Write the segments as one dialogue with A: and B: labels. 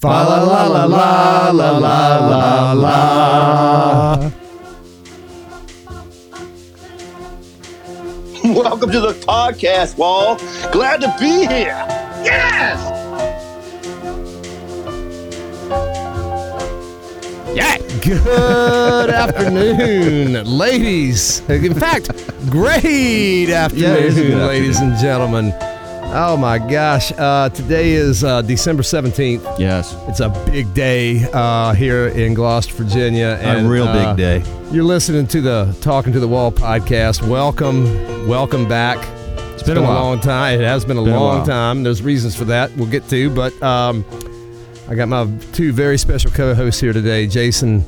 A: Fa la la la la la la la la.
B: Welcome to the podcast, Wall. Glad to be here. Yes!
A: Good afternoon, ladies. In fact, great
C: Yeah, it is a
A: afternoon,
C: good
A: ladies and gentlemen. Oh my gosh, uh, today is uh, December 17th.
C: Yes.
A: It's a big day uh, here in Gloucester, Virginia.
C: a real
A: uh,
C: big day.
A: You're listening to the Talking to the Wall podcast. Welcome, welcome back. It's
C: It's
A: been, a, long time. It has been a
C: Been a
A: long
C: while.
A: time. There's reasons for that. We'll get to, but um, I got my two very special co-hosts here today, Jason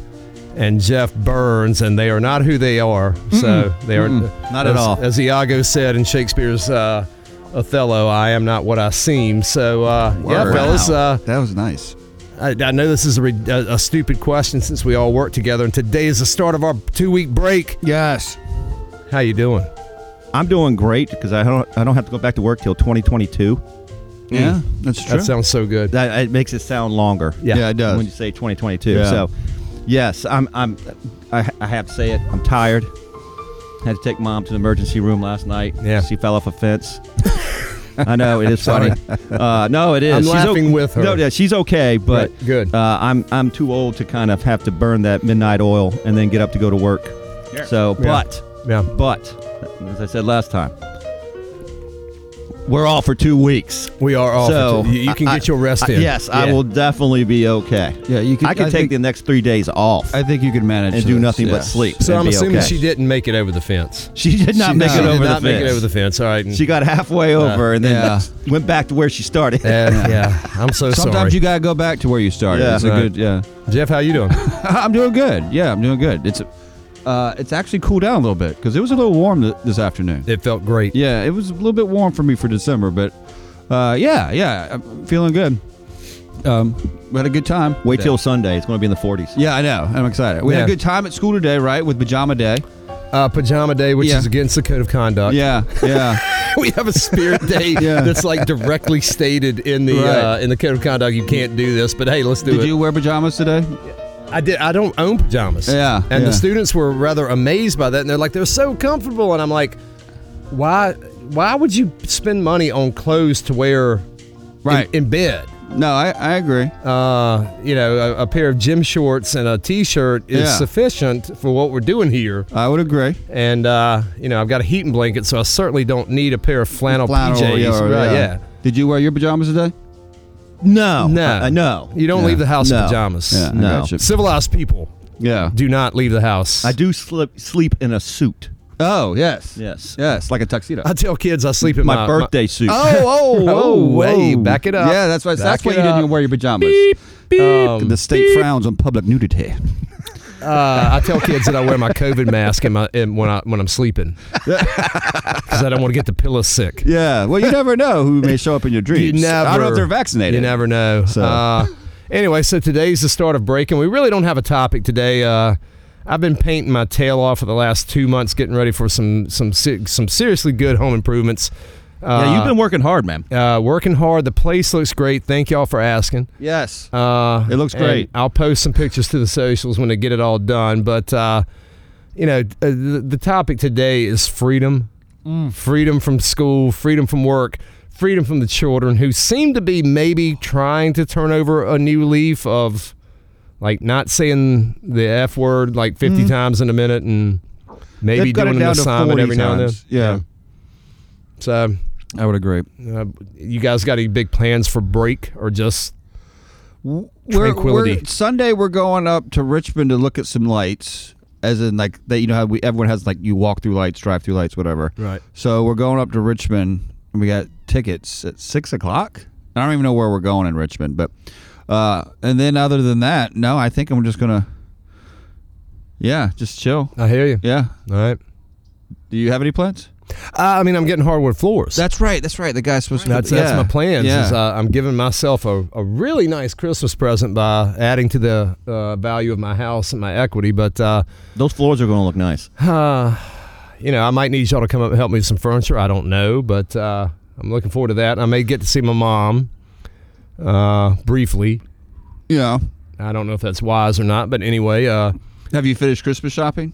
A: and Jeff Burns, and they are not who they are. So they are
C: Not at
A: as-
C: all.
A: As Iago said in Shakespeare's uh, Othello, "I am not what I seem." So uh, yeah,
C: Word.
A: fellas, uh,
D: That was nice.
A: I, I know this is a, re- a, a stupid question since we all work together, and today is the start of our two-week break.
D: Yes.
A: How you doing?
C: I'm doing great because I don't I don't have to go back to work till 2022.
D: Yeah, that's true.
A: That sounds so good.
C: That it makes it sound longer.
A: Yeah.
D: yeah, it
C: When you
D: does.
C: say 2022.
D: Yeah.
C: So, yes, I'm I'm I, I have to say it. I'm tired. Had to take mom to the emergency room last night.
A: Yeah.
C: She fell off a fence. I know it is funny. Uh, no, it is.
A: I'm
C: She's
A: laughing with her.
C: No, yeah, she's okay, but
A: Right, good.
C: Uh, I'm I'm too old to kind of have to burn that midnight oil and then get up to go to work. So,
A: Yeah.
C: but
A: Yeah.
C: But as I said last time, we're all for two weeks.
A: We are off.
C: so
A: you, you can
C: I-
A: get your rest
C: I-
A: in.
C: Yes, I
A: Yeah.
C: will definitely be okay.
D: Yeah, you could-
C: I can
D: I
C: take
D: think-
C: the next three days off
D: I think you could manage
C: and do
D: this,
C: nothing but
D: yes.
C: sleep.
A: So
C: and
A: I'm
C: be
A: assuming
C: okay.
A: she didn't make it over the fence.
C: She did not
D: She
C: make
D: did
C: it over
A: did
C: the
A: not make it
C: fence.
A: over the fence. All right. and-
C: She got halfway over and then
D: yeah.
C: went back to where she started.
A: yeah, Uh, yeah. I'm so
D: Sometimes
A: sorry.
D: you gotta go back to where you started.
C: Yeah.
D: It's a
A: Right.
D: good. Yeah,
A: Jeff, how you doing?
D: I'm doing good. Yeah, I'm doing good. It's, uh, it's actually cooled down a little bit because it was a little warm th- this afternoon.
A: It felt great.
D: Yeah, it was a little bit warm for me for December, but, uh, yeah, yeah, I'm feeling good. Um, we had a good time.
C: Wait
D: today.
C: till Sunday. It's going to be in the 40s.
D: Yeah, I know. I'm excited. We
A: Yeah.
D: had a good time at school today, right? With pajama day.
A: Uh, pajama day, which
D: Yeah.
A: is against the code of conduct.
D: Yeah, yeah.
A: we have a spirit day
D: Yeah.
A: that's like directly stated in the uh,
D: Right.
A: in the code of conduct. You can't do this, but hey, let's do
D: Did
A: it.
D: you wear pajamas today?
A: I did. I don't own pajamas.
D: Yeah,
A: And
D: yeah.
A: the students were rather amazed by that, and they're like, they're so comfortable, and I'm like, why? Why would you spend money on clothes to wear in-
D: Right.
A: in bed?
D: No, I, I agree.
A: uh, you know, a, a pair of gym shorts and a t-shirt is
D: Yeah.
A: sufficient for what we're doing here.
D: I would agree.
A: And uh, you know, I've got a heating blanket, so I certainly don't need a pair of flannel, PJs.
D: yeah, or-
A: right,
D: yeah. Did you wear your pajamas today?
C: No.
A: No,
C: Uh, no.
A: You don't
D: Yeah.
A: leave the house in
C: No.
A: pajamas.
D: Yeah, I
C: No.
D: gotcha.
A: Civilized people
D: Yeah.
A: do not leave the house.
C: I do slip, sleep in a suit.
D: Oh yes.
C: Yes.
D: Yes, like a tuxedo.
A: I tell kids I sleep in my,
C: My, birthday suit.
D: oh,
A: hey, back it up.
D: Yeah, that's why.
A: Back
D: That's why
A: it
D: you didn't
A: up.
D: even wear your pajamas. Um, the state frowns on public nudity.
A: Uh, I tell kids that I wear my COVID mask in my in, when I when I'm sleeping because I don't want to get the pillow sick.
D: Yeah. Well, you never know who may show up in your
A: You
D: dreams.
A: never.
D: I don't know if they're vaccinated.
A: You never know.
D: So-
A: Uh, anyway, so today's the start of break, and we really don't have a topic today. Uh, I've been painting my tail off for the last two months, getting ready for some some se- some seriously good home improvements. Uh,
C: yeah, you've been working hard, man.
A: been uh, working hard. The place looks great. Thank y'all for asking.
D: Yes.
A: Uh,
D: It looks
A: and
D: great.
A: I'll post some pictures to the socials when I get it all done. But uh, you know, t- uh, the, the topic today is freedom,
D: Mm.
A: freedom from school, freedom from work, freedom from the children who seem to be maybe trying to turn over a new leaf of like not saying the f word like 50 times in a minute and maybe
D: Mm-hmm. They've got
A: doing
D: it
A: an
D: down to
A: assignment
D: 40
A: every now and then.
D: times. Yeah.
A: So,
D: I would agree.
A: uh, you guys got any big plans for break or just
D: We're-
A: Tranquility.
D: we're- Sunday, we're going up to Richmond to look at some lights, as in like that. You know how we everyone has like you walk through lights, drive through lights, whatever.
A: Right.
D: So we're going up to Richmond, and we got tickets at six o'clock. I don't even know where we're going in Richmond, but uh, and then other than that, no, I think I'm just gonna, yeah, just chill.
A: I hear you.
D: Yeah.
A: All right.
D: Do you have any plans?
A: Uh, I mean, I'm getting hardwood floors.
D: That's right. That's right. The guy's supposed to.
A: that's, that's my plans. Is, uh, I'm giving myself a, a really nice Christmas present by adding to the uh, value of my house and my equity. But uh,
C: Those floors are going to look nice.
A: uh, you know, I might need y'all to come up and help me with some furniture. I don't know, but uh, I'm looking forward to that. I may get to see my mom uh, briefly.
D: Yeah.
A: I don't know if that's wise or not, but anyway, uh,
D: Have you finished Christmas shopping?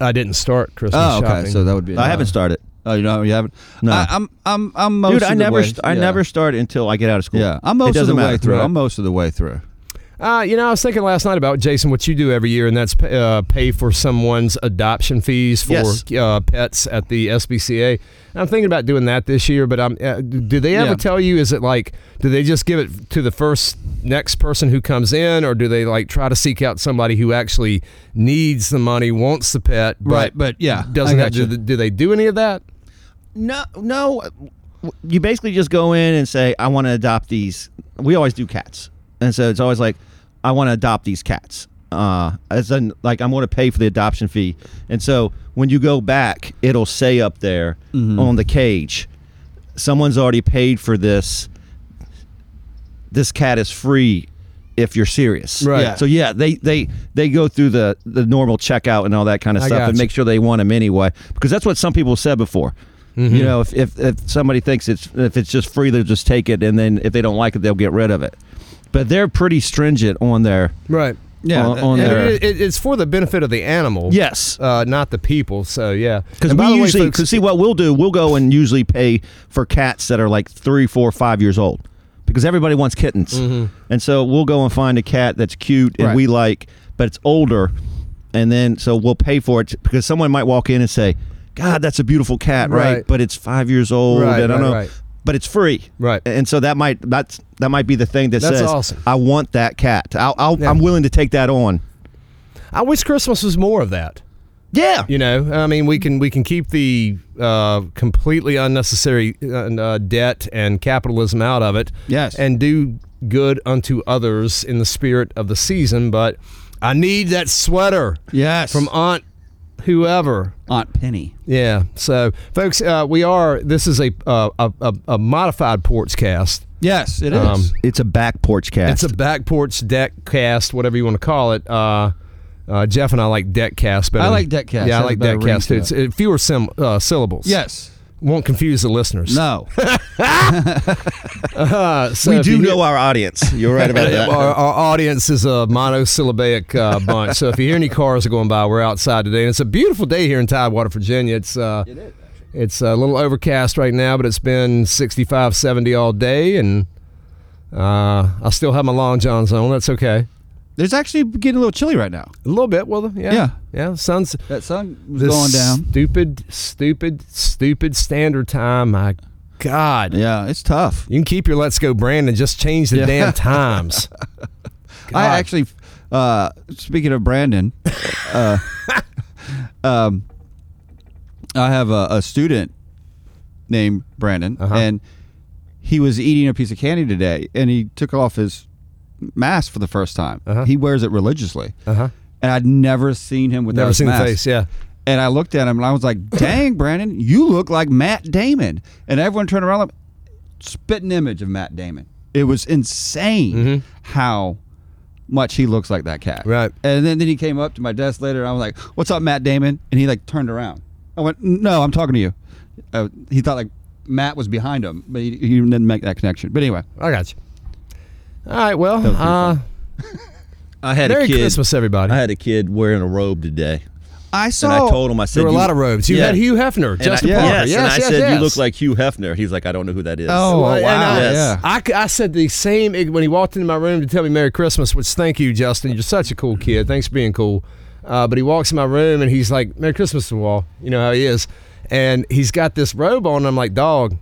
A: I didn't start Christmas
D: Oh, okay.
A: shopping.
D: So that would be.
C: I haven't started.
D: Oh, you know you haven't.
C: No.
D: I, I'm I'm I'm most
C: Dude,
D: of
C: I
D: the
C: never,
D: way-
C: st- I
D: yeah.
C: never start until I get out of school.
D: Yeah, I'm
C: It
D: most of
C: doesn't
D: the way
C: matter.
D: through.
C: Right.
D: I'm most of the way through.
A: Uh, you know, I was thinking last night about Jason, what you do every year, and that's pay, uh, pay for someone's adoption fees for
C: Yes.
A: uh, pets at the SBCA. And I'm thinking about doing that this year, but I'm, uh, do they ever
D: Yeah.
A: tell you? Is it like, do they just give it to the first next person who comes in, or do they like try to seek out somebody who actually needs the money, wants the pet, but
D: Right, but yeah,
A: doesn't
D: I
A: have, do,
D: gotcha.
A: do they do any of that?
C: No, no. You basically just go in and say, "I want to adopt these." We always do cats, and so it's always like, "I want to adopt these cats." Uh, as in, like I'm going to pay for the adoption fee, and so when you go back, it'll say up there on the cage, "Someone's already paid for this. This cat is free." If you're serious,
A: Right.
C: So yeah, they they they go through the the normal checkout and all that kind of
A: I
C: stuff, and
A: gotcha.
C: make sure they want them anyway, because that's what some people said before.
A: Mm-hmm.
C: You know, if, if if somebody thinks it's if it's just free, they'll just take it, and then if they don't like it, they'll get rid of it. But they're pretty stringent on their
A: Right.
D: Yeah,
C: on, on
A: And
C: their
A: it- it- it's for the benefit of the animal.
C: yes.
A: Uh, not the people. So, yeah.
C: Because
A: And by
C: we
A: the way,
C: usually,
A: folks-
C: cause see what we'll do, we'll go and usually pay for cats that are like three, four, five years old, because everybody wants kittens,
A: Mm-hmm.
C: and so we'll go and find a cat that's cute and
D: Right.
C: we like, but it's older, and then so we'll pay for it because someone might walk in and say, "God, that's a beautiful cat, right?"
A: Right.
C: But it's five years old,
A: Right,
C: and I don't
A: right,
C: know,
A: right.
C: but it's free,
A: Right.
C: And so that might that's that might be the thing that
A: That's
C: says,
A: awesome.
C: "I want that cat. I'll, I'll,
A: Yeah.
C: I'm willing to take that on."
A: I wish Christmas was more of that.
C: Yeah,
A: You know, I mean, we can we can keep the uh, completely unnecessary uh, uh, debt and capitalism out of it.
D: Yes.
A: and do good unto others in the spirit of the season. But I need that sweater
D: Yes,
A: from Aunt whoever.
D: Aunt Penny.
A: Yeah. So, folks, uh, we are. This is a uh, a, a, a modified porch cast.
D: Yes, it is.
A: Um,
C: it's a back porch cat.
A: It's a back porch deck cast, whatever you want to call it. Uh, uh, Jeff and I like deck cast better.
D: I like deck cast.
A: Yeah, I
D: Has a
A: like
D: better
A: deck
D: ring
A: cast
D: to
A: too.
D: it.
A: It's uh, fewer sim- uh, syllables.
D: yes.
A: won't confuse the listeners.
D: No.
A: Uh, so
C: we
A: if
C: do
A: you hear-
C: know our audience. You're right about that.
A: Our, our audience is a monosyllabic uh, bunch, so if you hear any cars going by, we're outside today, and it's a beautiful day here in Tidewater, Virginia. It's uh, it is. It's a little overcast right now, but it's been 65, 70 all day, and uh, I still have my long johns on. That's okay.
D: There's actually getting a little chilly right now.
A: A little bit, well, yeah,
D: Yeah.
A: yeah. Sun's
D: That sun was
A: this
D: going down.
A: Stupid, stupid, stupid standard time. My God.
D: Yeah, it's tough.
A: You can keep your Let's Go brand and just change the damn times. God.
D: I actually, uh, speaking of Brandon, uh, um, I have a, a student named Brandon,
A: Uh-huh.
D: and he was eating a piece of candy today, and he took off his mask for the first time.
A: Uh-huh.
D: He wears it religiously,
A: Uh-huh.
D: and I'd never seen him without
A: Never
D: his
A: seen
D: mask.
A: the face. Yeah.
D: And I looked at him and I was like, dang, Brandon, you look like Matt Damon. And everyone turned around like, spitting image of Matt Damon. It was insane how much he looks like that cat.
A: Right.
D: And then, then he came up to my desk later and I was like, what's up, Matt Damon? And he like turned around. I went, no, I'm talking to you. Uh, he thought like Matt was behind him, but he, he didn't make that connection. But anyway,
A: I got you. All right. Well,
D: was pretty
A: uh,
C: I had
A: Merry
C: a kid.
A: Christmas, everybody.
C: I had a kid wearing a robe today,
D: I saw.
C: and I told him I said
A: there were a
C: "You-
A: lot of robes. You
C: Yeah.
A: had Hugh Hefner,
C: and I-
A: Justin
C: yes,
A: Parker.
C: and
A: yes,
C: I
A: yes,
C: said
A: yes.
C: you look like Hugh Hefner. He's like, I don't know who that is.
D: Oh,
A: Well, and
D: wow.
A: I,
D: Yeah.
A: I c- I said the same ig- when he walked into my room to tell me Merry Christmas, which thank you, Justin. You're such a cool kid. Thanks for being cool. Uh, but he walks in my room and he's like, Merry Christmas to all. You know how he is. And he's got this robe on. And I'm like, dog,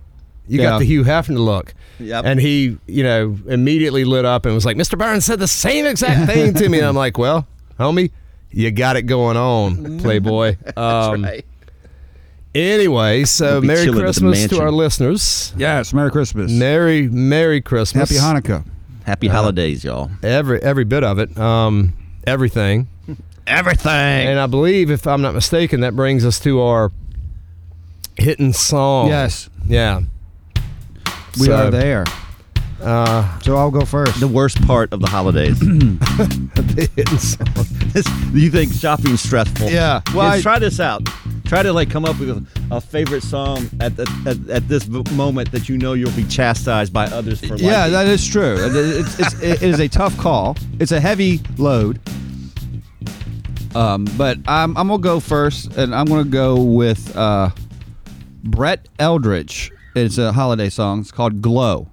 A: you got
D: Yeah.
A: the Hugh Hefner look.
C: Yep.
A: And he, you know, immediately lit up and was like, Mr. Burns said the same exact thing to me. And I'm like, well, homie, you got it going on, Playboy. Um,
C: right.
A: Anyway, so
C: We'll be
A: Merry
C: chilling at the
A: Christmas to
C: mansion.
A: our listeners.
D: yes, Merry Christmas.
A: Merry Merry Christmas.
D: Happy Hanukkah.
C: Happy holidays, y'all.
A: Every every bit of it. Um, everything.
C: Everything.
A: And uh, I believe, if I'm not mistaken, that brings us to our hitting song.
D: Yes,
A: Yeah. Oh.
D: we
A: So,
D: are there. Uh, so I'll go first.
C: The worst part of the holidays.
A: the hitting song.
C: This- you think shopping's stressful?
D: Yeah.
C: Well,
D: Well, I-
C: try this out. Try to like come up with a, a favorite song at, the, at at this v- moment that you know you'll be chastised by others for.
D: Yeah,
C: liking.
D: that is true. It- It's, it's, it is a tough call. It's a heavy load. Um, but I'm, I'm gonna go first, and I'm gonna go with uh, Brett Eldridge. It's a holiday song. It's called "Glow."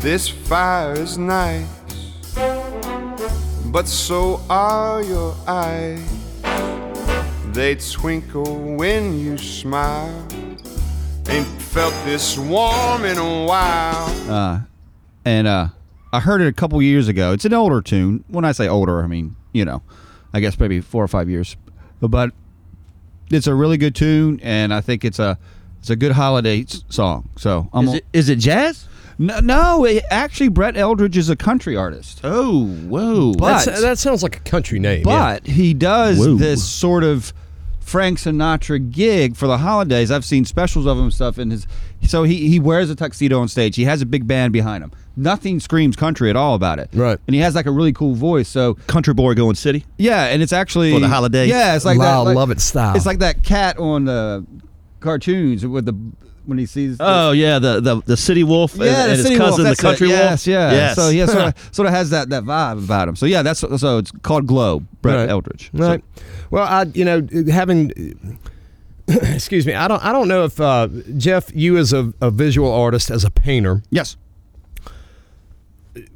E: This fire is nice, but so are your eyes. They twinkle when you smile. Ain't felt this warm in a while.
D: Uh, and uh, I heard it a couple years ago. It's an older tune. When I say older, I mean you know, I guess maybe four or five years. But it's a really good tune, and I think it's a it's a good holiday s- song. So I'm
C: Is it, is it jazz?
D: No, no it, actually, Brett Eldridge is a country artist,
C: Oh, whoa!
D: But-
A: That's- that sounds like a country name. yeah.
D: but he does
C: Whoa.
D: this sort of Frank Sinatra gig for the holidays. I've seen specials of him and stuff, and his so he he wears a tuxedo on stage. He has a big band behind him. Nothing screams country at all about it,
A: Right.
D: And he has like a really cool voice. So
C: country boy going city.
D: yeah, and it's actually
C: For the holidays?
D: Yeah, it's like
A: Lyle
D: that. Like,
A: Lovett style.
D: It's like that cat on the cartoons with the when he sees.
C: Oh yeah, the the, the city wolf and,
D: Yeah,
C: and
D: the
C: his
D: city
C: cousin,
D: wolf,
C: the
D: that's
C: country
D: it.
C: wolf.
D: Yes, yeah. So yeah, sort of, sort of has that, that vibe about him. So yeah, that's so it's called Glow, Brett
A: Right.
D: Eldridge. So-
A: Right. well, I you know having excuse me, I don't I don't know if uh, Jeff, you as a, a visual artist, as a painter,
D: yes.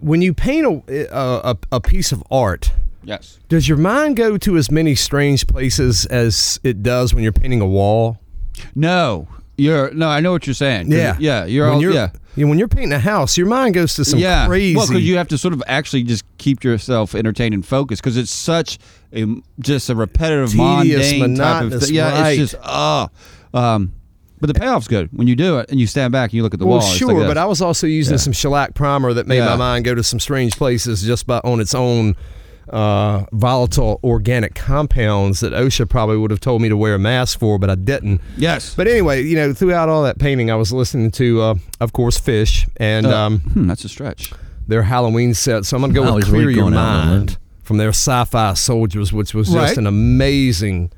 A: when you paint a a, a piece of art,
D: Yes.
A: does your mind go to as many strange places as it does when you're painting a wall?
D: No, you're no. I know what you're saying. 'Cause- Yeah. You're
A: when
D: all.
A: you're,
D: yeah.
A: you know, when you're painting a house, your mind goes to some
D: yeah.
A: crazy.
D: Well, because you have to sort of actually just keep yourself entertained and focused because it's such a just a repetitive,
A: Tedious,
D: mundane type of
A: monotonous,
D: thing. Yeah.
A: right.
D: It's just ah. um, but the payoff's good when you do it and you stand back and you look at the
A: well,
D: wall. it's
A: sure,
D: like
A: but I was also using
D: Yeah.
A: some shellac primer that made
D: Yeah.
A: my mind go to some strange places just by on its own uh, volatile organic compounds that OSHA probably would have told me to wear a mask for, but I didn't.
D: Yes.
A: But anyway, you know, throughout all that painting, I was listening to, uh, of course, Fish and
D: Uh,
A: um,
D: hmm, that's a stretch.
A: their Halloween set. So I'm gonna go
C: Oh,
A: with
C: he's really
A: Clear Your
C: going out on that.
A: Mind from their Sci-Fi Soldiers, which was just
D: Right.
A: an amazing,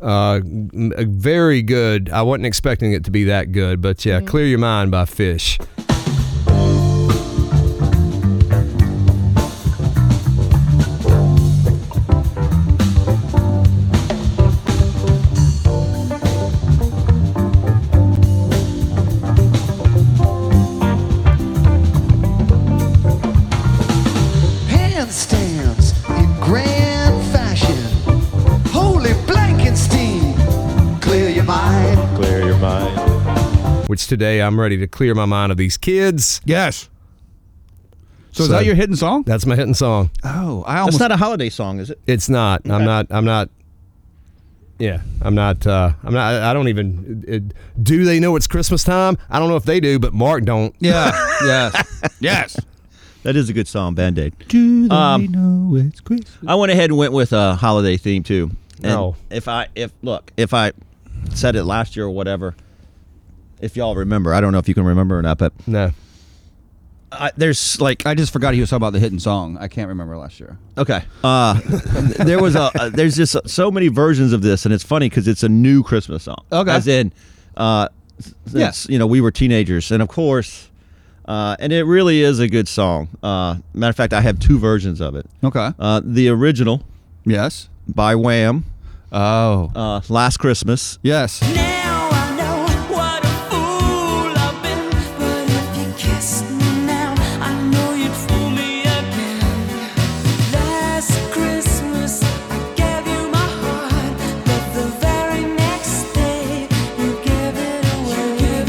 A: uh, m- a very good. I wasn't expecting it to be that good, but yeah, Clear Your Mind by Fish.
F: handstands in grand fashion. Holy Blankenstein, clear your mind.
B: Clear your mind.
A: Which today I'm ready to clear my mind of these kids.
D: Yes. So, is
A: So-
D: that your hidden song?
A: That's my hitting song.
D: Oh, I
C: That's
D: almost.
C: not a holiday song, is it?
A: It's not. I'm not. I'm not. Yeah, I'm not. Uh, I'm not. I don't even. It, do they know it's Christmas time? I don't know if they do, but Mark don't.
D: yeah. yes. Yes.
C: That is a good song, Band Aid.
D: Do they
C: Um,
D: know it's Christmas?
C: I went ahead and went with a holiday theme too. And
A: No.
C: If I if look if I said it last year or whatever, if y'all remember, I don't know if you can remember or not, but
A: No.
C: I, there's like
D: I just forgot he was talking about the hidden song. I can't remember last year.
C: okay, uh, there was a uh, there's just so many versions of this, and it's funny because it's a new Christmas song.
D: Okay.
C: as in, uh, yes, you know we were teenagers, and of course. Uh, and it really is a good song. Uh, matter of fact, I have two versions of it.
D: Okay.
C: Uh, the original
D: yes.
C: by Wham,
D: Oh.
C: uh, Last Christmas,
D: yes.
G: Now I know what a fool I've been, but if you kissed me now, I know you'd fool me again. Last Christmas I gave you my heart, but the very next day you gave it away.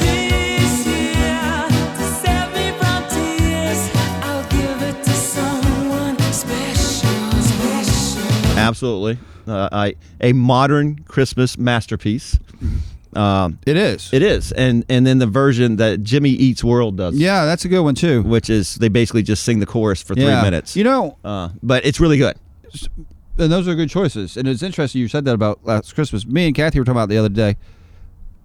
G: This year to save me from tears, I'll give it to someone special.
C: Absolutely. Uh, I, a modern Christmas masterpiece. Um,
D: It is.
C: it is. And and then the version that Jimmy Eats World does.
D: yeah, that's a good one too.
C: Which is they basically just sing the chorus for
D: yeah.
C: three minutes.
D: You know,
C: uh, but it's really good.
D: and those are good choices. And it's interesting you said that about last Christmas. Me and Kathy were talking about it the other day.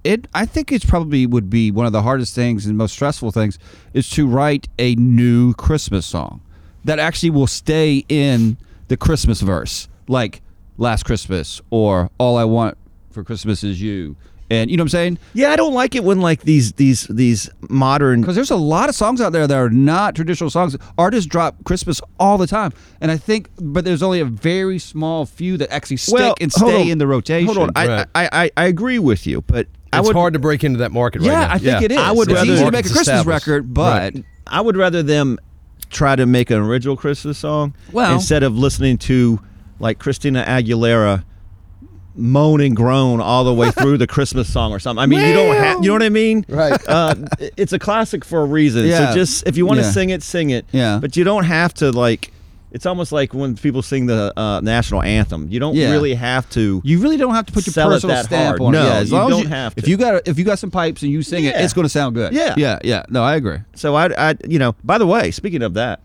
D: It, I think it's probably would be one of the hardest things and most stressful things is to write a new Christmas song that actually will stay in the Christmas verse, like Last Christmas or All I Want for Christmas Is You, and you know what I'm saying?
C: Yeah, I don't like it when like these these these modern
D: because there's a lot of songs out there that are not traditional songs. Artists drop Christmas all the time, and I think, but there's only a very small few that actually stick and
C: hold
D: stay
C: on.
D: in the rotation.
C: Hold on, I,
A: Right.
C: I, I I agree with you, but I
A: it's
C: would
A: hard to break into that market
D: yeah,
A: right now.
D: I think
C: Yeah.
D: it is.
C: I would
D: it's
C: rather-
D: easy to make
A: Market's
D: a Christmas
A: established.
D: record, but
A: Right.
C: I would rather them try to make an original Christmas song
D: Well-
C: instead of listening to like Christina Aguilera moan and groan all the way through the Christmas song or something. I mean, you don't have, you know what I mean?
A: Right.
C: Uh, it- it's a classic for a reason.
D: Yeah.
C: So just if you want to
D: Yeah.
C: sing it, sing it.
D: Yeah.
C: But you don't have to like. It's almost like when people sing the uh, national anthem. You don't
D: Yeah.
C: really have to.
D: you really don't have to put your
C: Sell it
D: personal
C: that
D: stamp
C: hard.
D: on
C: No,
D: it. Yeah, as
C: you
D: long as
C: don't have
D: If
C: to.
D: you got if you got some pipes and you sing it,
C: Yeah.
D: it's going to sound good.
C: Yeah.
D: yeah, yeah. No, I agree.
C: So I, I, you know. By the way, speaking of that,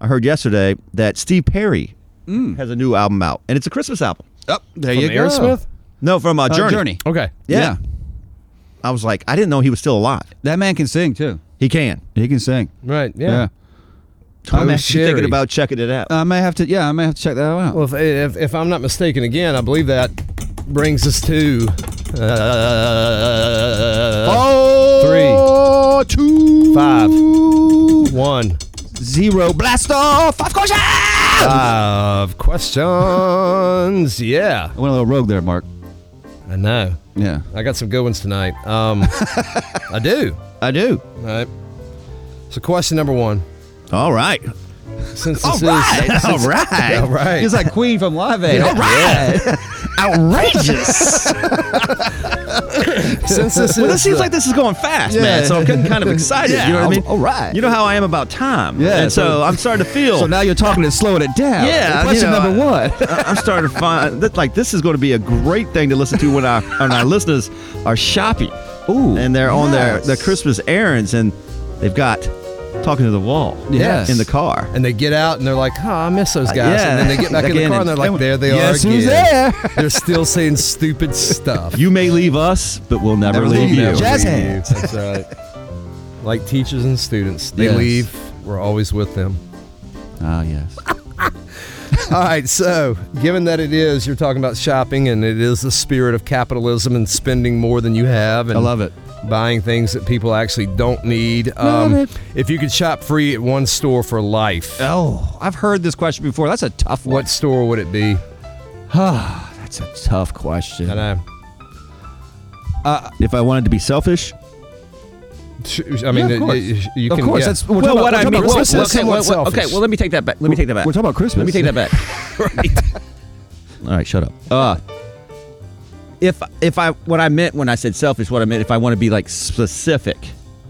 C: I heard yesterday that Steve Perry
A: Mm.
C: has a new album out, and it's a Christmas album.
D: Oh, there you
A: From
D: go.
A: Aerosmith?
C: No, from uh,
D: Uh,
C: Journey.
D: Journey.
A: Okay.
C: Yeah.
D: yeah,
C: I was like, I didn't know he was still alive.
D: that man can sing too.
C: He can.
D: He can sing.
A: Right. Yeah.
D: Yeah.
A: Tom
C: I'm actually
A: Oh, Sherry. Uh,
C: thinking about checking it out.
D: I may have to. Yeah, I may have to check that out.
A: Well, if, if, if I'm not mistaken, again, I believe that brings us to uh,
C: Oh,
D: Four, two,
A: Five. one
D: zero. Blast off! Of course! I
A: five questions. Yeah,
D: went a little rogue there, Mark.
A: I know.
D: Yeah,
A: I got some good ones tonight. Um, I do.
D: I do.
A: All right. So, question number one.
C: All right.
A: Since this is
C: All right.
A: all right,
D: He's like Queen from Live Aid. All right.
C: Outrageous.
A: since this
C: well, this
A: is
C: seems
A: the-
C: like this is going fast,
D: Yeah.
C: man. So I'm getting kind of excited. you know what I mean?
D: all right.
C: You know how I am about time.
D: Yeah,
C: And so,
D: so-
C: I'm starting to feel.
D: So now you're talking and slowing it down.
C: Yeah, you
D: Question
C: know,
D: number
C: I-
D: one.
C: I- I'm starting to find that like this is going to be a great thing to listen to when our when our listeners are shopping.
D: Ooh,
C: and they're on their
D: nice.
C: their Christmas errands, and they've got talking to the wall.
D: Yes.
C: in the car.
A: and they get out and they're like, "Oh, I miss those guys."
D: yeah.
A: And then they get back in the
D: Again,
A: car and they're like, "There they
D: Guess
A: are again."
D: who's there?
A: They're still saying stupid stuff.
C: You may leave us, but we'll never,
D: Never
C: leave,
D: leave
C: you.
D: you. Jazz hands.
A: That's right. Like teachers and students, they
D: Yes.
A: leave. We're always with them.
D: Ah, yes.
A: All right, so given that it is, you're talking about shopping and it is the spirit of capitalism and spending more than you have and
D: I love it.
A: buying things that people actually don't need. um,
D: Love it.
A: If you could shop free at one store for life,
D: Oh, I've heard this question before. That's a tough one.
A: what store would it be?
D: That's a tough question.
A: And I,
C: If I wanted to be selfish,
A: sh- I mean,
D: Yeah, of
A: uh,
D: course.
A: you, you
D: of
A: can.
D: course.
A: yeah.
D: That's we're talking about, we're talking about
A: well,
D: Christmas.
A: well, okay, well, well, okay, well,
C: let me take that back. Let me take that back.
D: We're talking about Christmas.
C: Let me take that back. All right, shut up. Uh, if if I what I meant when I said selfish, what I meant if I want to be like specific,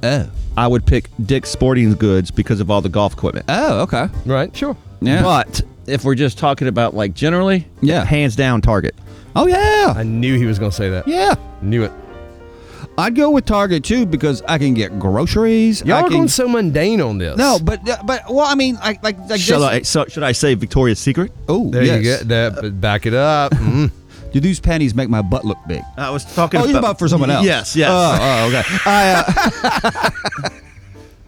D: Oh.
C: I would pick Dick's Sporting Goods because of all the golf equipment.
D: Oh, okay.
A: right, sure.
D: Yeah.
C: But if we're just talking about like generally,
D: Yeah.
C: hands down Target.
D: oh yeah.
A: I knew he was going to say that.
D: yeah.
A: Knew it.
D: I'd go with Target too because I can get groceries.
A: Y'all
D: I
A: are
D: can,
A: going so mundane on this.
D: No, but but well, I mean, like like like
C: Shall
D: this-
C: I so, should I say Victoria's Secret?
D: Oh,
A: There
D: yes.
A: you go. That, but back it up. Mm.
D: Do these panties make my butt look big?
C: I was talking
D: Oh,
C: about,
D: you're about for someone else.
C: Yes, yes. Uh,
D: Oh, oh, okay. I, uh,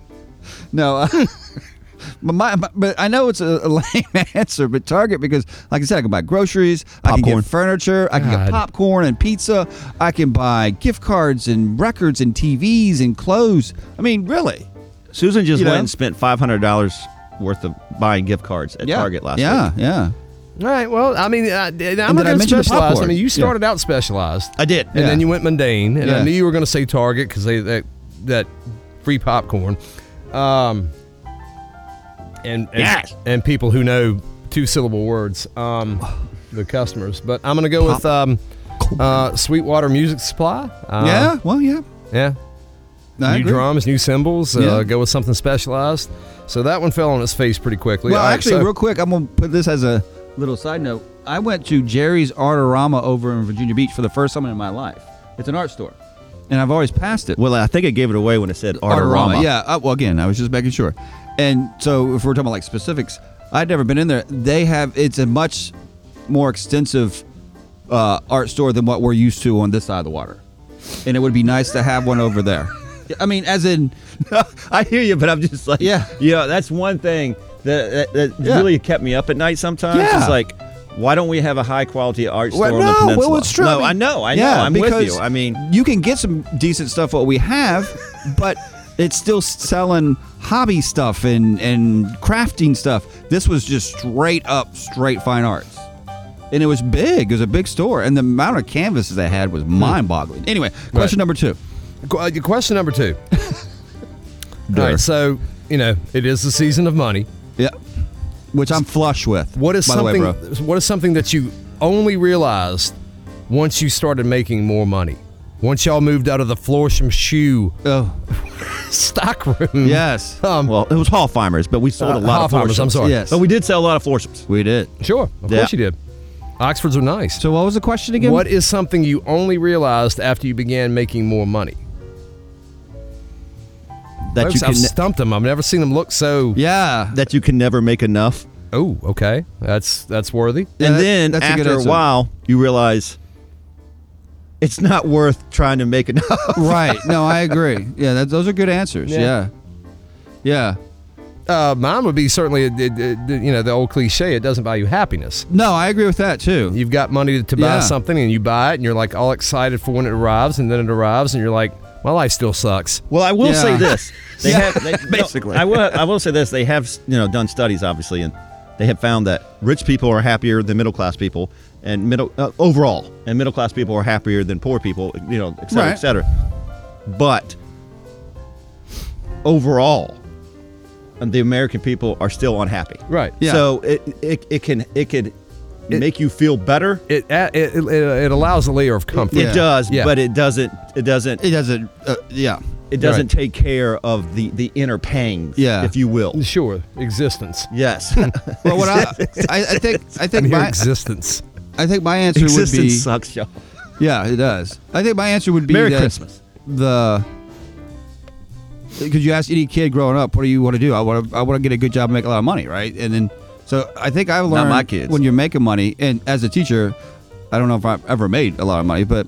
D: no, uh, but my, my- but I know it's a, a lame answer, but Target because, like I said, I can buy groceries, I can
C: Popcorn.
D: get furniture, I can
A: God.
D: get popcorn and pizza, I can buy gift cards and records and TVs and clothes. I mean, really?
C: Susan just
D: You
C: went
D: know?
C: and spent five hundred dollars worth of buying gift cards at
D: Yeah.
C: Target last
D: yeah,
C: week.
D: Yeah,
A: All right. Well, I mean, I, I'm
D: did
A: not
D: I
A: going to
D: mention the
A: specialize. I
D: popcorn?
A: mean, you
D: Yeah.
A: started out specialized,
C: I did.
A: and then
D: Yeah.
A: you went mundane, and I
D: Yeah.
A: knew you were going to say Target because they that that free popcorn, um, and and,
C: Yes.
A: and people who know two syllable words, um, the customers. But I'm going to go with um, uh, Sweetwater Music Supply. Uh,
D: yeah. Well, yeah.
A: yeah.
D: I
A: new
D: agree.
A: drums, new cymbals. Uh,
D: Yeah.
A: go with something specialized. So that one fell on its face pretty quickly.
D: Well,
A: All right,
D: actually,
A: so-
D: real quick, I'm gonna put this as a little side note. I went to Jerry's Artorama over in Virginia Beach for the first time in my life. It's an art store, and I've always passed it.
C: Well, I think I gave it away when it said Artorama.
D: Artorama, yeah. Uh, well, again, I was just making sure. And so, if we're talking about like specifics, I'd never been in there. They have it's a much more extensive uh, art store than what we're used to on this side of the water, and it would be nice to have one over there. I mean, as in,
C: I hear you, but I'm just like,
D: Yeah.
C: you know, that's one thing that that, that
D: Yeah.
C: really kept me up at night sometimes.
D: Yeah.
C: It's like, why don't we have a high quality art store
D: Well,
C: on the
D: no, well,
C: peninsula?
D: it's true. I
C: No,
D: mean-
C: I know, I
D: Yeah,
C: know, I'm with
D: because
C: you. I mean,
D: you can get some decent stuff what we have, but it's still s- selling hobby stuff and and crafting stuff. This was just straight up straight fine arts. And it was big. It was a big store, and the amount of canvases they had
C: Hmm.
D: was mind-boggling. Anyway, question number two.
A: Qu- uh, Question number two. All
D: Durr.
A: right, so you know it is the season of money.
D: Yeah, which I'm flush with.
A: What is
D: by
A: something?
D: the way, bro?
A: What is something that you only realized once you started making more money? Once y'all moved out of the Florsham shoe
D: Oh,
C: Hmm.
A: stock room.
D: yes,
A: Um,
C: well, it was Hallfeimers, but we sold
A: Uh,
C: a lot of
A: Hallfeimers,
C: Florships.
A: I'm sorry.
D: Yes.
C: but we did sell a lot of Florships.
D: we did.
A: sure. Of
C: Yeah.
A: course you did. Oxfords are nice.
D: So, what was the question again?
A: what is something you only realized after you began making more money?
C: That
A: Folks,
C: you
A: I've
C: can
A: stumped them. I've never seen them look so.
D: Yeah,
C: that you can never make enough.
A: Oh, okay. That's that's worthy.
D: Yeah,
C: and
D: that-
C: then
D: that's a good
C: after a,
D: answer.
C: while, you realize it's not worth trying to make enough.
D: right. No, I agree. Yeah, that, those are good answers. Yeah.
A: Yeah.
D: yeah.
A: Uh, mine would be certainly, it- it- it- you know, the old cliche: it doesn't buy you happiness.
D: No, I agree with that too.
A: You've got money to, to buy
D: Yeah.
A: something, and you buy it, and you're like all excited for when it arrives, and then it arrives, and you're like, my life still sucks.
C: Well, I will
D: Yeah.
C: say this. They
D: Yeah,
C: have they, basically. I will. I will say this. They have you know done studies obviously, and they have found that rich people are happier than middle class people, and middle uh, overall, and middle class people are happier than poor people. You know, et cetera,
D: Right.
C: et cetera. But overall, and the American people are still unhappy.
A: Right.
D: Yeah.
C: So it it, it can it could make you feel better.
A: It it, it uh, it allows a layer of comfort.
D: Yeah.
C: It does,
A: Yeah.
C: but it doesn't. It doesn't.
D: It doesn't. Uh, yeah.
C: It doesn't take care of the the inner pangs,
D: Yeah.
C: if you will.
A: Sure, existence.
C: Yes.
D: Well, what I, I, I think I think
A: Mere
D: my
A: existence.
D: I think my answer would
C: Existence
D: be
C: sucks, y'all.
D: yeah, it does. I think my answer would be
C: Merry
D: that
C: Christmas.
D: The because you ask any kid growing up, what do you want to do? I want to I want to get a good job and make a lot of money, right? And then so I think I learned
C: my kids.
D: when you're making money, and as a teacher, I don't know if I've ever made a lot of money, but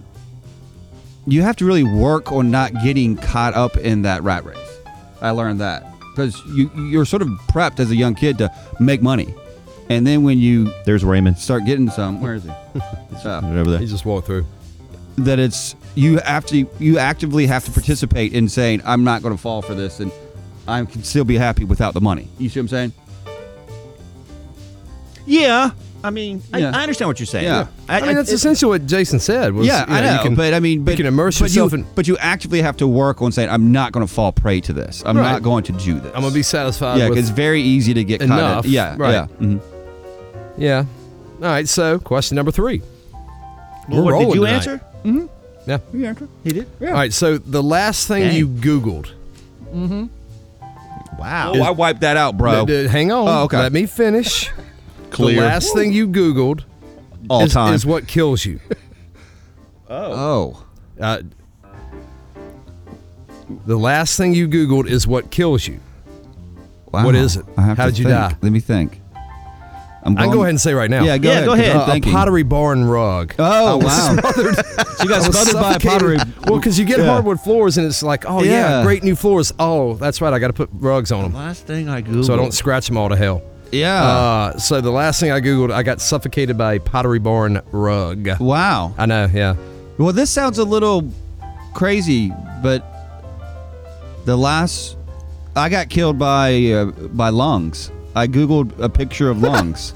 D: you have to really work on not getting caught up in that rat race. I learned that because you you're sort of prepped as a young kid to make money, and then when you
C: There's Raymond.
D: start getting some, where is he? Uh,
C: Over
A: He
C: there.
A: just walked through.
D: that it's you have to you actively have to participate in saying I'm not going to fall for this and I can still be happy without the money. You see what I'm saying?
C: Yeah. I mean,
D: Yeah.
C: I, I understand what you're saying.
D: Yeah.
A: I, mean, that's
C: it-
A: essentially what Jason said. Was,
D: yeah,
A: you know,
D: I know,
A: You can,
D: but I mean, but
A: you can immerse
D: but
A: yourself
D: You,
A: in.
D: but you actively have to work on saying I'm not going to fall prey to this. I'm
A: Right.
D: not going to do this.
A: I'm gonna be satisfied.
D: yeah, 'cause it's
A: with,
D: very easy to get caught.
A: enough,
D: In, yeah,
A: right.
D: yeah. mhm.
A: yeah. All right. So, question number three. We're
C: Lord, did
A: rolling
C: you
A: tonight.
C: answer?
A: Yeah.
C: He did.
A: All right. So the last thing
C: Dang.
A: you Googled.
C: Wow.
D: Oh, I wiped that out, bro.
A: D- d- hang on.
D: Oh, okay.
A: Let me finish.
C: Clear.
A: The last thing you Googled
D: All
A: is,
D: time.
A: is what kills you.
D: oh,
A: Uh, the last thing you Googled is what kills you.
D: wow.
A: What is it?
D: I have
A: How
D: to
A: did you
D: think.
A: die?
D: Let me think. I'm
A: I can
D: going,
A: go ahead and say right now. Uh,
D: Yeah, go
C: Yeah,
D: ahead.
C: go
D: 'cause
C: ahead.
D: I'm
A: a
D: thinking.
A: pottery barn rug.
D: Oh wow! you got
A: I was
D: smothered by a pottery.
A: suffocated. Well, because you get
D: Yeah.
A: hardwood floors and it's like, oh yeah.
D: Yeah.
A: great new floors. Oh, that's right. I got to put rugs on them
C: Last thing I googled.
A: so I don't scratch them all to hell.
D: Yeah.
A: Uh, so the last thing I googled, I got suffocated by a pottery barn rug.
D: wow.
A: I know. Yeah.
D: Well, this sounds a little crazy, but the last I got killed by uh, by lungs. I googled a picture of lungs,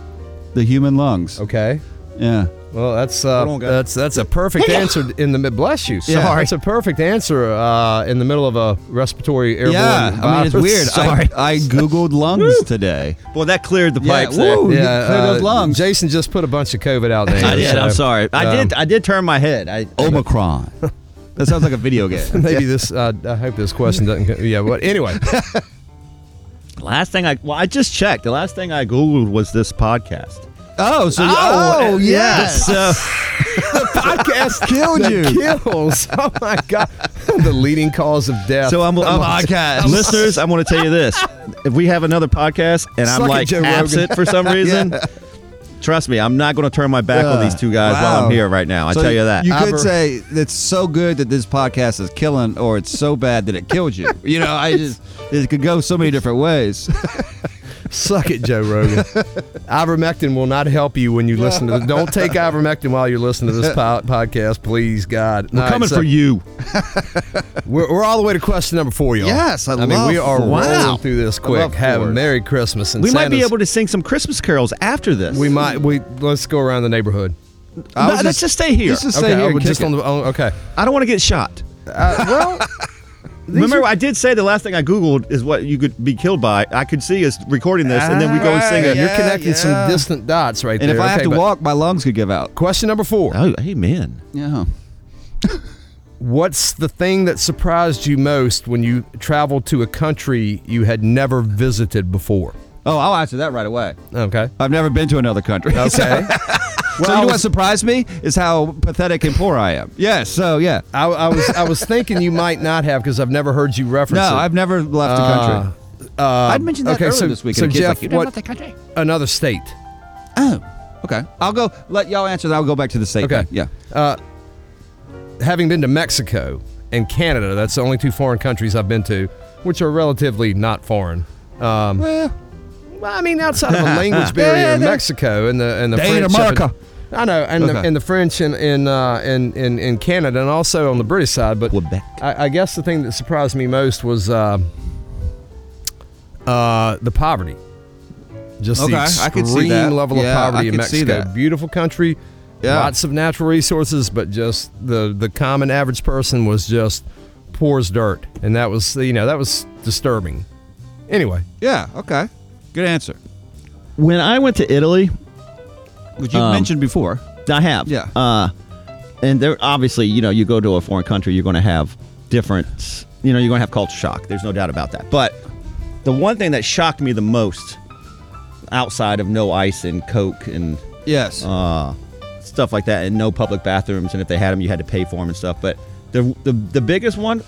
D: the human lungs.
A: Okay.
D: Yeah.
A: Well, that's uh,
C: on, guys.
A: that's that's a perfect answer in the mid. Bless you.
D: Yeah.
A: Sorry, it's a perfect answer uh, in the middle of a respiratory airborne.
D: yeah. I mean, it's
A: virus.
D: weird.
A: Sorry.
D: I, I googled lungs today.
C: Well, that cleared the
D: Yeah,
C: pipes. there.
D: woo.
A: yeah,
D: Clear those
A: uh,
D: lungs.
A: Jason just put a bunch of COVID out there.
C: I did. I'm
A: so
C: sorry. I did. I did turn my head. I.
D: Omicron. that sounds like a video game.
A: Maybe this. Uh, I hope this question doesn't. Go, yeah, but anyway, Oh,
C: Last thing I. Well, I just checked. The last thing I googled was this podcast.
D: Oh, so
C: uh,
D: oh, yes.
C: So
A: podcast
D: killed
A: that
D: you.
A: Kills. Oh my god, the leading cause of death.
C: So I'm,
D: A
C: I'm
D: podcast.
C: listeners. I'm going to tell you this: if we have another podcast and
A: Suck
C: I'm
A: it,
C: like
A: Joe Rogan.
C: absent for some reason, Trust me, I'm not going to turn my back on these two guys while
D: Wow.
C: I'm here right now. I
D: So
C: tell you that.
D: You
C: Aber-
D: could say it's so good that this podcast is killing, or it's so bad that it killed you. You know, I just it could go so many different ways.
A: Suck it, Joe Rogan. ivermectin will not help you when you listen to this. Don't take ivermectin while you're listening to this po- podcast, please, God. We're
C: coming for you.
A: We're, we're all the way to question number four, y'all.
D: Yes, I
A: mean, we
D: love
A: are
D: fours. Wow.
A: rolling through this
D: I
A: quick.
D: love
A: Have a
D: fours.
A: Merry Christmas. And
C: We might be
A: Santa's-
C: able to sing some Christmas carols after this.
A: We might. We let's go around the neighborhood.
D: I
C: No,
D: was
C: let's just stay here.
D: Let's just
A: okay,
D: stay here.
A: oh,
D: and
A: just
D: kick
A: on
D: it.
A: the. Oh, okay.
C: I don't want to get shot.
A: Uh, well,
C: Remember, I did say the last thing I googled is what you could be killed by. I could see us recording this, and then we go and sing it.
A: you're
D: Yeah,
A: connecting some
D: yeah.
A: distant dots right
D: and
A: there.
D: if I have
A: Okay,
D: to
A: but
D: walk, my lungs could give out.
A: question number four.
C: Oh, amen.
D: Yeah.
A: What's the thing that surprised you most when you traveled to a country you had never visited before?
D: Oh, I'll answer that right away.
A: Okay.
D: I've never been to another country.
A: Okay.
D: so you know what surprised me is how pathetic and poor I am. Yeah. So yeah.
A: I, I was I was thinking you might not have because I've never heard you reference
D: No,
A: it.
D: I've never left the country.
A: Uh, uh,
D: I'd mentioned that
A: okay,
D: earlier
A: so-
D: this week.
A: So
D: and the kid's
A: Jeff,
D: like, you never
A: what,
D: left the country.
A: Uh, another state?
D: Oh, okay. I'll go. Let y'all answer that. I'll go back to the state.
A: Okay.
D: thing. Yeah.
A: Having been to Mexico and Canada, that's the only two foreign countries I've been to, which are relatively not foreign. Um,
D: Well,
A: Well, I mean, outside of a language barrier in
D: they're-
A: Mexico and the and the
D: They ain't
A: French up
D: America.
A: in- I know, and the
D: Okay.
A: and the French in in, uh, in in in Canada and also on the British side, but
C: Quebec.
A: I, I guess the thing that surprised me most was uh, uh, the poverty. Just the
D: Okay, I
A: extreme
D: could see that.
A: level
D: Yeah,
A: of
D: I
A: poverty in
D: could see
A: Mexico.
D: that.
A: Beautiful country,
D: Yeah.
A: lots of natural resources, but just the the common average person was just poor as dirt, and that was you know that was disturbing. Anyway,
D: yeah. Okay. Good answer.
C: When I went to Italy,
D: Which you
C: Um,
D: mentioned before.
C: I have.
D: Yeah.
C: Uh, and there, obviously, you know, you go to a foreign country, you're going to have different, you know, you're going to have culture shock. There's no doubt about that. But the one thing that shocked me the most, outside of no ice and Coke and
D: Yes.
C: uh, stuff like that, and no public bathrooms, and if they had them, you had to pay for them and stuff. But the the, the biggest one,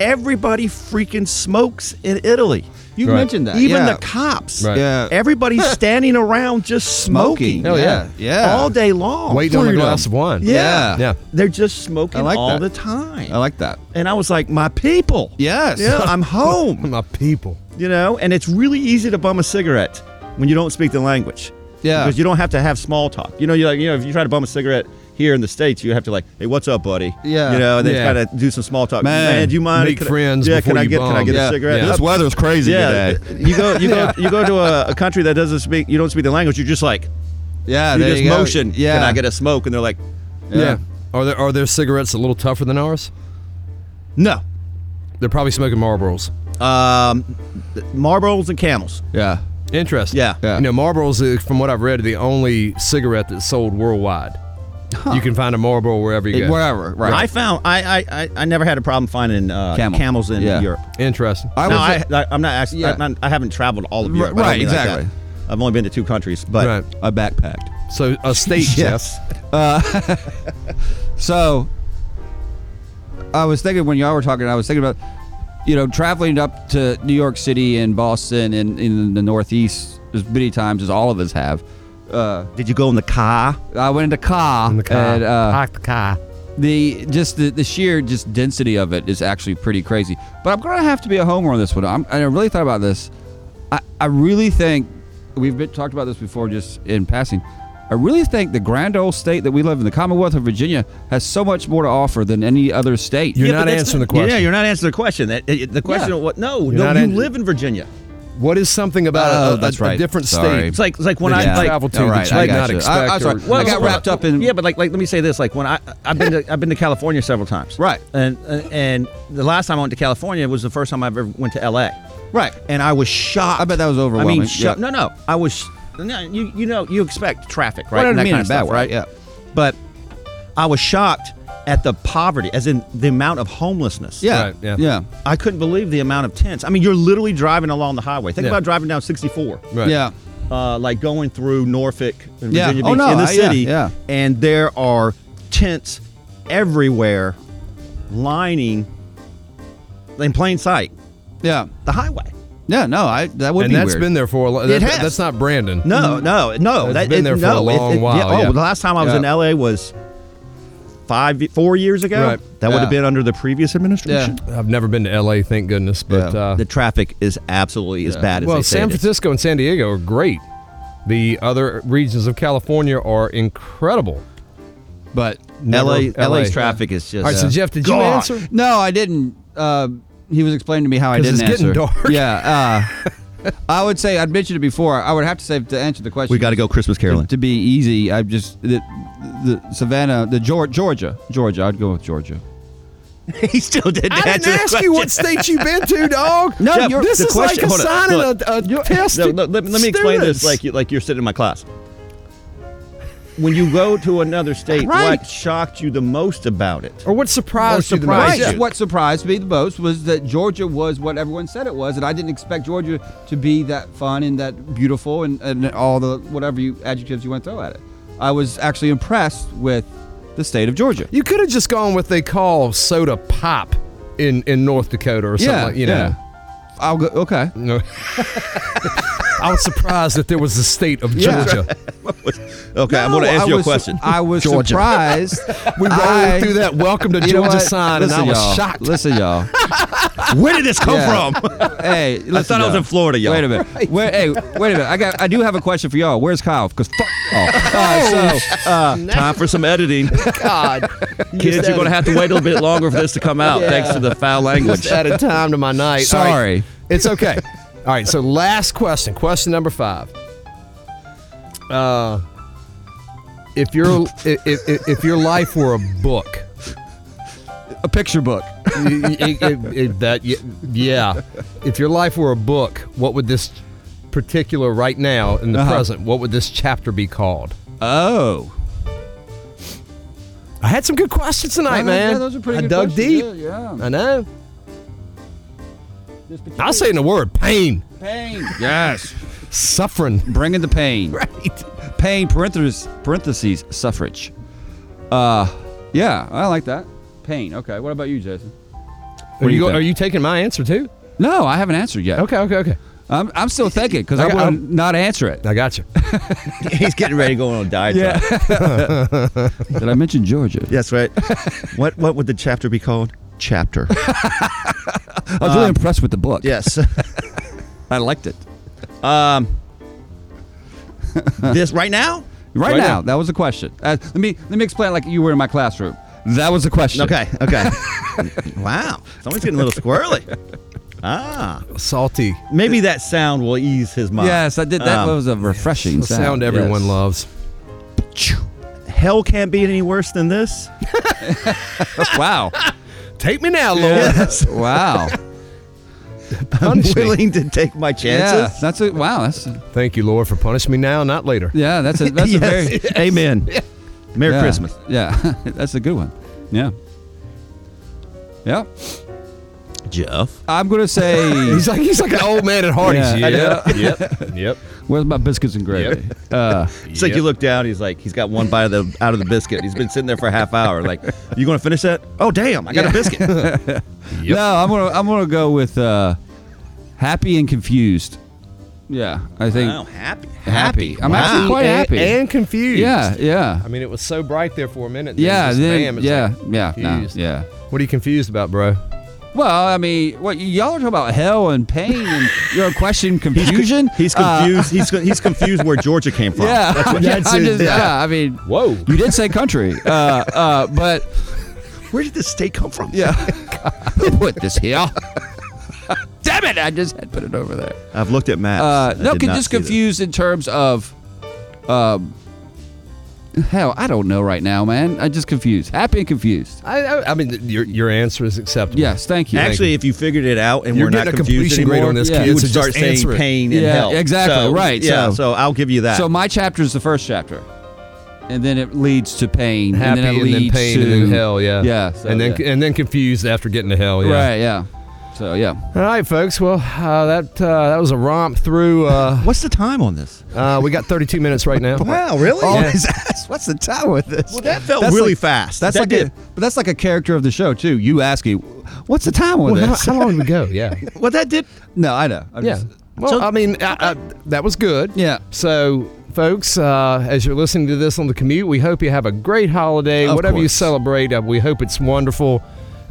C: everybody freaking smokes in Italy.
D: you
A: right.
D: mentioned that.
C: Even
D: yeah.
C: the cops.
A: Right.
D: Yeah.
C: Everybody's standing around just smoking.
D: smoking.
A: Hell yeah.
D: Yeah.
C: All day long.
A: waiting on a
D: Oh, freedom.
A: glass of wine.
D: Yeah.
A: Yeah.
C: They're just smoking
D: I like
C: all
D: that.
C: the time.
D: I like that.
C: and I was like, my people.
D: Yes.
C: Yeah, I'm home.
A: My people.
C: You know, and it's really easy to bum a cigarette when you don't speak the language.
D: Yeah.
C: Because you don't have to have small talk. You know, you like, you know, if you try to bum a cigarette here in the States, you have to like, hey, what's up, buddy?
D: Yeah.
C: You know, and they
A: Yeah.
C: try to do some small talk.
D: Man,
C: do you mind?
A: make
C: can I-
A: friends
C: yeah, can
A: before
C: I
A: you
C: get can I
A: bum.
C: get
A: Yeah.
C: a cigarette?
A: Yeah. This
D: weather's crazy
C: yeah. You go you go you go to a, a country that doesn't speak you don't speak the language, you're just like
D: Yeah.
C: you
D: there
C: just
D: you go.
C: motion.
D: Yeah.
C: Can I get a smoke? And they're like,
A: Yeah. Are there are their cigarettes a little tougher than ours?
C: No.
A: They're probably smoking Marlboros.
C: Um Marlboros and camels.
D: Yeah.
A: Interesting.
C: Yeah.
D: Yeah.
A: You know, Marlboros, is, from what I've read, the only cigarette that's sold worldwide. You can find a Marlboro wherever you
D: It-
A: go.
D: Wherever. Right.
C: I found I, I- I I never had a problem finding uh,
D: Camel.
C: camels in
D: Yeah.
C: Europe.
A: Interesting.
D: I
C: No,
D: was-
C: I, I, I'm not actually.
D: Yeah.
C: I'm not, I haven't traveled all of Europe. I don't
D: right,
C: mean like
D: exactly.
C: that. I've only been to two countries, but
A: right.
D: I backpacked.
A: So a state,
D: Yes.
A: yes.
D: So I was thinking when y'all were talking, I was thinking about you know traveling up to New York City and Boston and in the Northeast as many times as all of us have. Uh,
C: did you go in the car?
D: I went into Ka
A: In the car.
D: and uh,
A: Park the car.
D: the just the, the sheer just density of it is actually pretty crazy. But I'm gonna have to be a homer on this one. I'm, and I really thought about this. I, I really think we've been talked about this before, just in passing. I really think the grand old state that we live in, the Commonwealth of Virginia, has so much more to offer than any other state.
A: You're
C: Yeah, but
A: not
C: that's
A: answering the
C: not-
A: question.
C: Yeah, you're not answering the question. That it- the question
D: Yeah.
C: of what? No,
A: not
C: no, you
A: answer-
C: live in Virginia.
A: What is something about a- a,
D: Oh,
A: a-
D: that's
A: a
D: right.
A: different
D: Sorry.
A: state?
C: It's like it's like when
A: That you
C: I like,
A: travel to
D: all
A: that
D: right,
A: you
D: I
A: did not
D: gotcha. I-
A: expect.
D: I'm sorry.
A: or-
D: Well, I got wrapped up in-
C: yeah, but like like let me say this. Like when I I've been to I've been to California several times.
D: Right.
C: And and, and the last time I went to California was the first time I've ever went to L.A.
D: Right.
C: And I was shocked.
D: I bet that was
C: I
D: overwhelming.
C: mean, shocked.
D: Yeah.
C: No, no, I was. No, you you know you expect traffic, right?
D: Well, I don't
C: And that
D: mean
C: kind
D: in a bad
C: of stuff,
D: way,
C: right?
D: yeah.
C: But I was shocked at the poverty, as in the amount of homelessness.
D: Yeah.
A: Right,
D: yeah.
A: yeah.
D: Yeah.
C: I couldn't believe the amount of tents. I mean, you're literally driving along the highway. Think
A: Yeah.
C: about driving down 64
A: Right.
D: Yeah.
C: uh, like going through Norfolk and
D: Yeah.
C: Virginia
D: Oh,
C: Beach
D: no,
C: in the
D: I- yeah,
C: city,
D: yeah.
C: and there are tents everywhere, lining in plain sight the highway.
D: Yeah, no, I that would
A: and
D: be
A: that's
D: weird.
A: been there for a long.
C: It
A: That,
C: has.
A: That's not Brandon.
C: No, no, no.
A: Mm-hmm. It's
C: that,
A: been
C: it-
A: there for
C: no,
A: a long
C: it, it,
A: while,
C: oh,
A: yeah.
C: the last time I was
D: Yeah.
C: in LA was five, four years ago.
A: Right.
C: That would
D: Yeah.
C: have been under the previous administration.
A: I've never been to LA, thank goodness. But
D: Yeah.
A: uh,
C: The traffic is absolutely as bad as
A: well,
C: they say
A: San
C: it is.
A: Francisco and San Diego are great. The other regions of California are incredible.
D: but
A: Never-
C: LA, LA's traffic is just. uh,
A: All right, so Jeff, did you
C: gone.
A: answer?
D: no, I didn't. Uh, he was explaining to me how I
A: 'Cause
D: didn't
A: it's getting
D: answer.
A: dark.
D: Yeah. Uh, I would say I'd mentioned it before. I would have to say to answer the question.
C: We got to go Christmas
D: to,
C: caroling.
D: to be easy. I just the, the Savannah, the Geor- Georgia, Georgia. I'd go with Georgia.
C: he still didn't
A: I didn't
C: answer the
A: ask you what
C: question.
A: state you've been to, dog.
C: No, Jeff, you're-
A: this
C: the
A: is
C: question-
A: like
C: hold on,
A: assigning
C: look.
A: a, a test.
C: No,
A: to
C: no, let, let me explain this
A: students.
C: like, you, like you're sitting in my class. When you go to another state,
D: Right.
C: what shocked you the most about it?
A: or what surprised
D: Or
A: you the most?
D: surprised-
A: Yeah.
D: What surprised me the most was that Georgia was what everyone said it was, and I didn't expect Georgia to be that fun and that beautiful and, and all the whatever you, adjectives you want to throw at it. I was actually impressed with the state of Georgia.
A: You could have just gone with they call soda pop in in North Dakota or something. like, you know.
D: I'll go. Okay.
A: No. I was surprised that there was the state of
D: Yeah.
A: Georgia.
C: Okay, I'm going to
D: No,
C: answer
D: I
C: your
D: was-
C: question.
D: I was surprised.
A: We rolled
D: I-
A: through that welcome to
D: You know
A: Georgia
D: what?
A: sign,
D: listen,
A: and I was
D: y'all.
A: shocked.
D: Listen, y'all.
C: Where did this come
D: Yeah.
C: from?
D: hey, listen,
C: thought I was
D: y'all.
C: in Florida, y'all.
D: Wait a minute. Where, hey, wait a minute. I got. I do have a question for y'all. Where's Kyle? Oh. Because fuck. off. Uh,
A: Oh.
D: so, uh,
C: Time for some editing.
A: God,
C: Kids, you're going to have to wait a little bit longer for this to come out,
A: Yeah.
C: thanks to the foul language.
A: just added time to my night. All right.
D: Sorry.
A: it's okay. All right, so last question, question number five. Uh, if your if, if, if your life were a book,
D: a picture book.
A: y- y- y- y- that y- yeah, if your life were a book, what would this particular right now in the
D: Uh-huh.
A: present? What would this chapter be called?
D: Oh.
A: I had some good questions tonight,
D: Yeah,
A: man.
D: yeah, those are pretty
A: I
D: good
A: dug
D: questions.
A: deep.
D: Yeah, yeah.
A: I know. I'll say in a word, pain,
D: Pain. Yes.
A: suffering.
D: Bringing the pain.
A: Right.
D: Pain. Parentheses. Parentheses. Suffrage. Uh, yeah, I like that. Pain. Okay. What about you, Jason?
A: Are
D: do you
A: you, go-
D: think?
A: are you taking my answer too?
D: No, I haven't answered yet.
A: Okay, okay, okay.
D: I'm, I'm still thinking because
A: I
D: I,
A: got-
D: want to
A: I'm-
D: not answer it.
A: I got you.
C: He's getting ready to go on a diet. Yeah.
D: Did I mention Georgia?
C: That's right. what what would the chapter be called? Chapter.
D: I was really impressed with the book.
C: yes.
D: I liked it.
C: Um, this right now?
D: Right,
A: Right
D: now,
A: now.
D: that was the question. Uh, let me let me explain like you were in my classroom. That was the question.
C: Okay. Okay. wow. Someone's getting a little squirrely. Ah.
A: Salty.
C: Maybe that sound will ease his mind.
D: Yes, I did. That
C: Um,
D: was a refreshing
A: The sound everyone
D: Yes.
A: loves.
C: Hell can't be any worse than this.
D: Wow.
A: Take me now, Lord.
D: wow.
C: I'm
A: Punish me.
C: willing to take my
D: Yeah,
C: chances.
D: that's a wow. That's
A: Thank you, Lord, for punish me now, not later.
D: yeah. That's a that's a
C: Yes.
D: very
C: Amen. Merry
D: yeah,
C: Christmas.
D: Yeah, that's a good one. Yeah. Yeah.
C: Jeff.
D: I'm gonna say
A: He's like he's like an old man at Hardy's.
D: Yeah.
A: yep, yep.
D: where's my biscuits and gravy? Uh,
C: It's like you look down. He's like, he's got one bite of the out of the biscuit. He's been sitting there for a half hour. Like, you going to finish that? Oh, damn! I got a biscuit.
A: Yep.
D: No, I'm gonna I'm gonna go with uh, happy and confused. Yeah, I think
C: Wow, happy,
D: happy. I'm
C: Wow.
D: actually quite happy.
A: and confused.
D: yeah, yeah.
A: I mean, it was so bright there for a minute. Then
D: Yeah,
A: just
D: then,
A: bam, it's
D: yeah,
A: like,
D: yeah, no,
A: confused.
D: yeah.
A: What are you confused about, bro?
D: Well, I mean, what y'all are talking about hell and pain and your question confusion.
C: He's
D: Uh,
C: confused. he's he's confused where Georgia came from.
D: yeah, yeah,
A: that's
D: I'm
A: it,
D: just-
A: yeah.
D: yeah, I mean,
A: Whoa.
D: you did say country, uh, uh, but
C: Where did this state come from?
D: yeah, who put this here? Damn it! I just had put it over there.
C: I've looked at maps.
D: Uh,
C: I
D: no,
C: did
D: can
C: not
D: just
C: see this.
D: confused in terms of, um, hell, I don't know right now, man. I just confused, happy and confused.
A: I, I, I mean, th- your your answer is acceptable.
D: Yes, thank you.
C: Actually, if you figured it out and
A: You're
C: we're not
A: getting a
C: confused
A: completion grade
C: anymore,
A: on this,
D: Yeah. kid,
C: you would
A: so
C: start
A: just
C: saying
A: answer it.
C: pain and
D: Yeah,
C: hell.
D: exactly,
C: So,
D: right,
C: Yeah.
D: so-
C: So, I'll give you that.
D: So my chapter is the first chapter, and then it leads to pain,
A: Happy
D: and then it leads
A: pain
D: to
A: and then hell, yeah.
D: yeah, so,
A: and then
D: yeah.
A: and then confused after getting to hell, yeah.
D: right, yeah. So yeah,
A: All right, folks. Well, uh, that uh, that was a romp through. Uh,
C: What's the time on this?
A: uh, we got 32 minutes right now.
C: Wow, really?
D: always ask what's the time with this?
C: Well, that felt
D: That's
C: really
D: like-
C: fast.
D: That's
C: That
D: like
C: did-
D: a, but that's like a character of the show too. You asking What's the time with
A: Well, how,
D: this?
A: how long did we go? Yeah.
D: well, that did. No, I know. I'm
A: Yeah.
D: just-
A: Well, I mean, I, I, that was good.
D: Yeah.
A: So, folks, uh, as you're listening to this on the commute, we hope you have a great holiday.
D: Of
A: Whatever you
D: course.
A: celebrate, uh, we hope it's wonderful.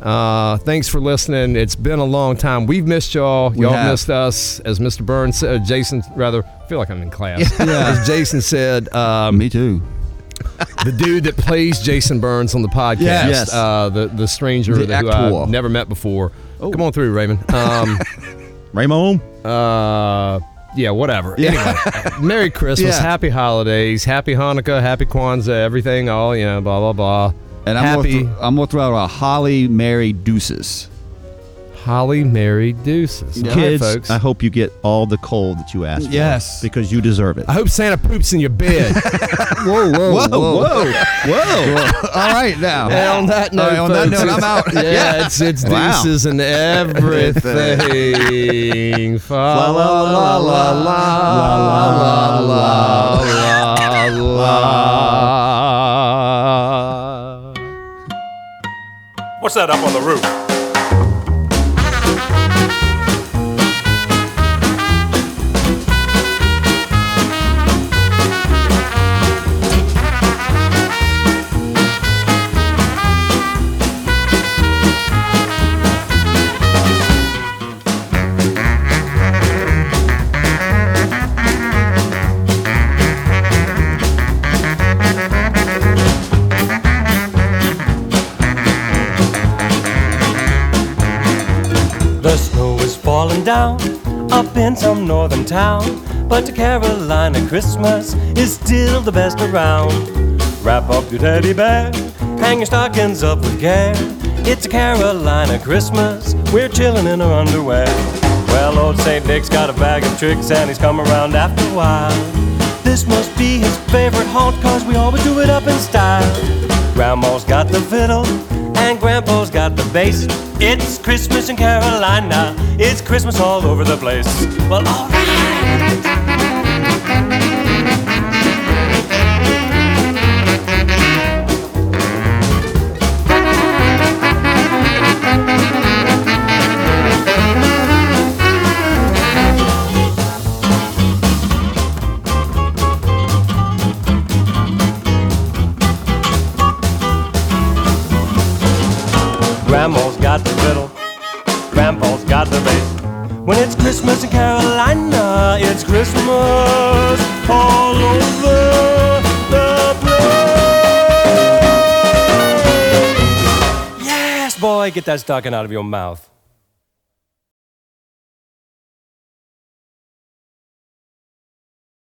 A: Uh, thanks for listening. It's been a long time. We've missed y'all. y'all
D: have.
A: missed us, as Mr. Burns, uh, Jason, rather. I feel like I'm in class.
D: Yeah.
A: As Jason said, um,
D: Me too.
A: the dude that plays Jason Burns on the podcast,
D: Yes.
A: uh, the the stranger
D: The
A: that who
D: actor. Oh.
A: I've never met before. Come on through, Raymond. Um,
C: Raymond.
A: uh, yeah, whatever. Anyway, Merry Christmas,
D: Yeah.
A: Happy Holidays, Happy Hanukkah, Happy Kwanzaa, everything. All you know, blah blah blah.
D: And I'm
A: happy
D: Gonna th- I'm gonna throw out a Holly Mary Deuces.
A: Holly Mary Deuces. All right,
C: Kids,
A: folks.
C: I hope you get all the cold that you asked for.
D: Yes.
C: Because you deserve it.
A: I hope Santa poops in your bed.
D: Whoa, whoa, whoa,
C: whoa,
D: whoa! All right now.
A: And on that note,
D: All right, on that
A: folks,
D: note, I'm out.
A: it's- Yeah, it's it's
D: Wow.
A: deuces and everything. Fa la la la la la la la la la.
H: What's that up on the roof?
I: The snow is falling down up in some northern town, but to Carolina Christmas is still the best around. Wrap up your teddy bear, hang your stockings up with care. It's a Carolina Christmas, we're chilling in our underwear. Well, old St. Nick's got a bag of tricks and he's come around after a while. This must be his favorite haunt, cause we always do it up in style. Grandma's got the fiddle and Grandpa's got the bass. It's Christmas in Carolina. It's Christmas all over the place. Well, all right. Grandma's got the fiddle. Grandpa's got the bass. When it's Christmas in Carolina, it's Christmas all over the place. Yes, boy, get that stocking out of your mouth.